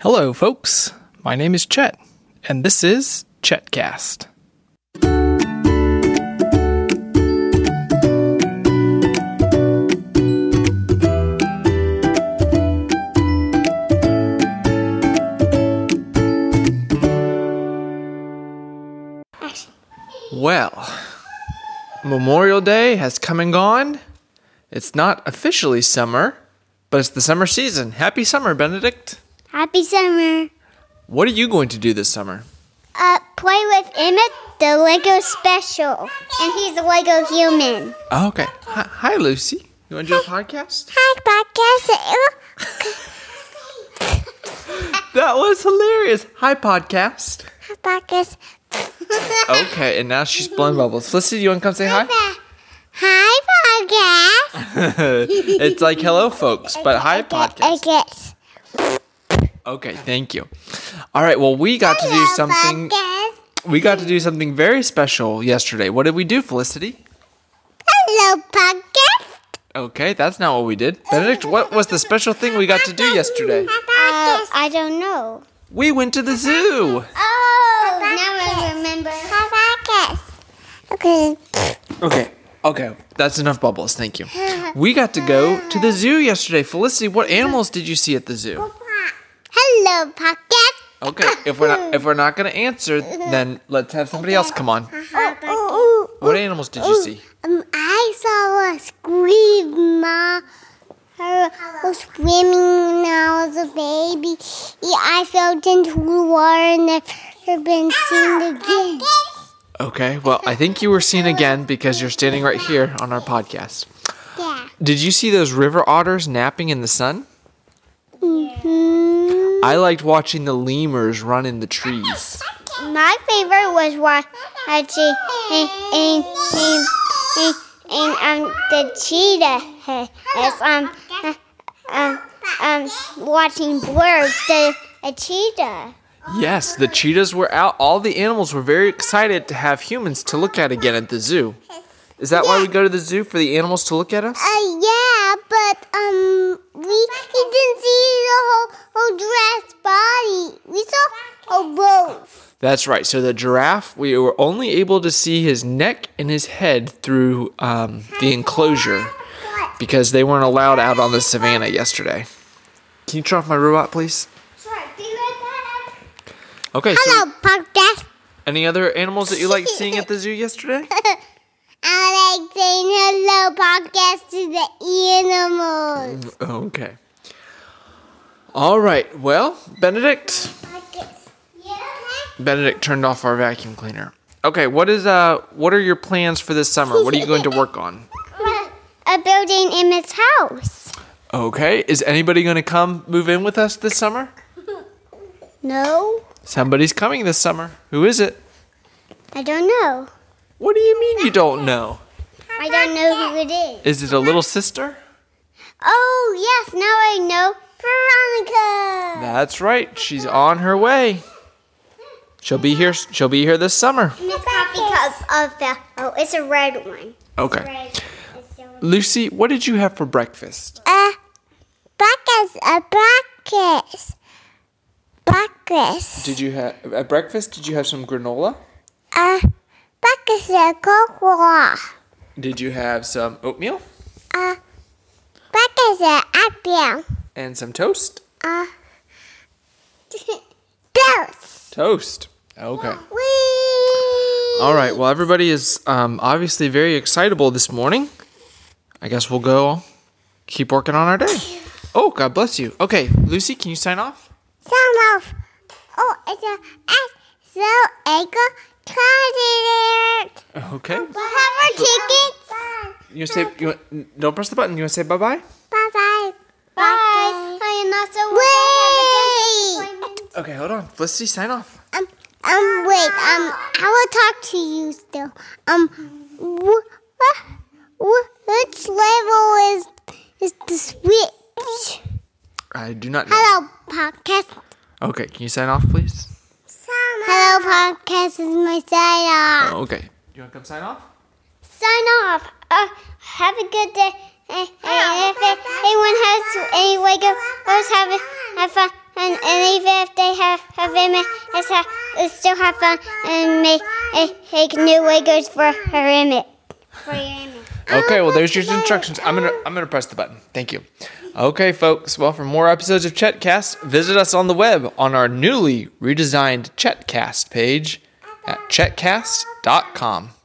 Hello, folks. My name is Chet, and this is Chetcast. Well, Memorial Day has come and gone. It's not officially summer, but it's the summer season. Happy summer, Benedict. Happy summer. What are you going to do this summer? Uh, play with Emmett, the Lego special. And he's a Lego human. Oh, okay. Hi, hi, Lucy. You want to do a podcast? Hi, podcast. That was hilarious. Hi, podcast. podcast. Okay, and now she's blowing bubbles. Felicity, you want to come say hi? Hi, podcast. it's like hello, folks, but hi, podcast. guess. Okay, thank you. All right, well, we got to do something. Podcast. We got to do something very special yesterday. What did we do, Felicity? Hello, podcast. Okay, that's not what we did. Benedict, what was the special thing we got to do yesterday? Uh, I don't know. We went to the zoo. Oh, now I remember. Podcast. Okay. Okay. Okay. That's enough bubbles. Thank you. We got to go to the zoo yesterday. Felicity, what animals did you see at the zoo? Hello, podcast. Okay. If we're not if we're not gonna answer, then let's have somebody else come on. Oh, oh, What animals did you see? Um, I saw a squid her was swimming when I was a baby. Yeah, I fell into the water and I've never been seen again. Okay. Well, I think you were seen again because you're standing right here on our podcast. Yeah. Did you see those river otters napping in the sun? hmm I liked watching the lemurs run in the trees. My favorite was watching and, and, and, and, and um, the cheetah. As um, uh, um, um, watching Blur, the a cheetah. Yes, the cheetahs were out. All the animals were very excited to have humans to look at again at the zoo. Is that why we go to the zoo for the animals to look at us? Uh, yeah, but um, we he didn't see the whole whole dress body. We saw a rose. That's right. So the giraffe, we were only able to see his neck and his head through um, the enclosure because they weren't allowed out on the savannah yesterday. Can you turn off my robot, please? Okay. Hello, So, podcast. any other animals that you liked seeing at the zoo yesterday? I like saying hello, podcast to the animals. Okay. All right. Well, Benedict. Benedict turned off our vacuum cleaner. Okay, what is uh what are your plans for this summer? What are you going to work on? A building in its house. Okay, is anybody going to come move in with us this summer? No, Somebody's coming this summer. Who is it? I don't know. What do you mean you don't know? I don't know who it is. Is it a little sister? Oh yes, now I know. Veronica. That's right. She's on her way. She'll be here she'll be here this summer. This coffee cup of the oh, it's a red one. Okay. Lucy, what did you have for breakfast? A bucket, a bucket, bucket, Did you have at breakfast did you have some granola? a bucket of cocoa, Did you have some oatmeal a bucket of apple, and some toast? a dose. Toast. Okay. Wee. All right. Well, everybody is um, obviously very excitable this morning. I guess we'll go keep working on our day. Oh, God bless you. Okay, Lucy, can you sign off? Some of oh, it's a it's so egg closet. Okay. Cover tickets. You say you want, don't press the button. You want to say bye bye? Bye bye. Bye. I am not so Wait. Okay, hold on. Felicity, sign off. Um, um, wait. Um, I will talk to you still. Um, wh- wh- wh- which level is is the switch? I do not know. Hello, podcast. Okay, can you sign off, please? Hello, podcast is my sign off. Okay. You want to come sign off? Sign off. Uh, have a good day. And if anyone has any Lego, let's have a, have a, and, and even if they have have image, it's, ha- it's still have fun and make make- make new wiggles for her image. For your image. Okay, well there's your instructions. I'm gonna I'm gonna press the button. Thank you. Okay, folks. Well, for more episodes of Chetcast, visit us on the web on our newly redesigned Chetcast page at chetcast.com.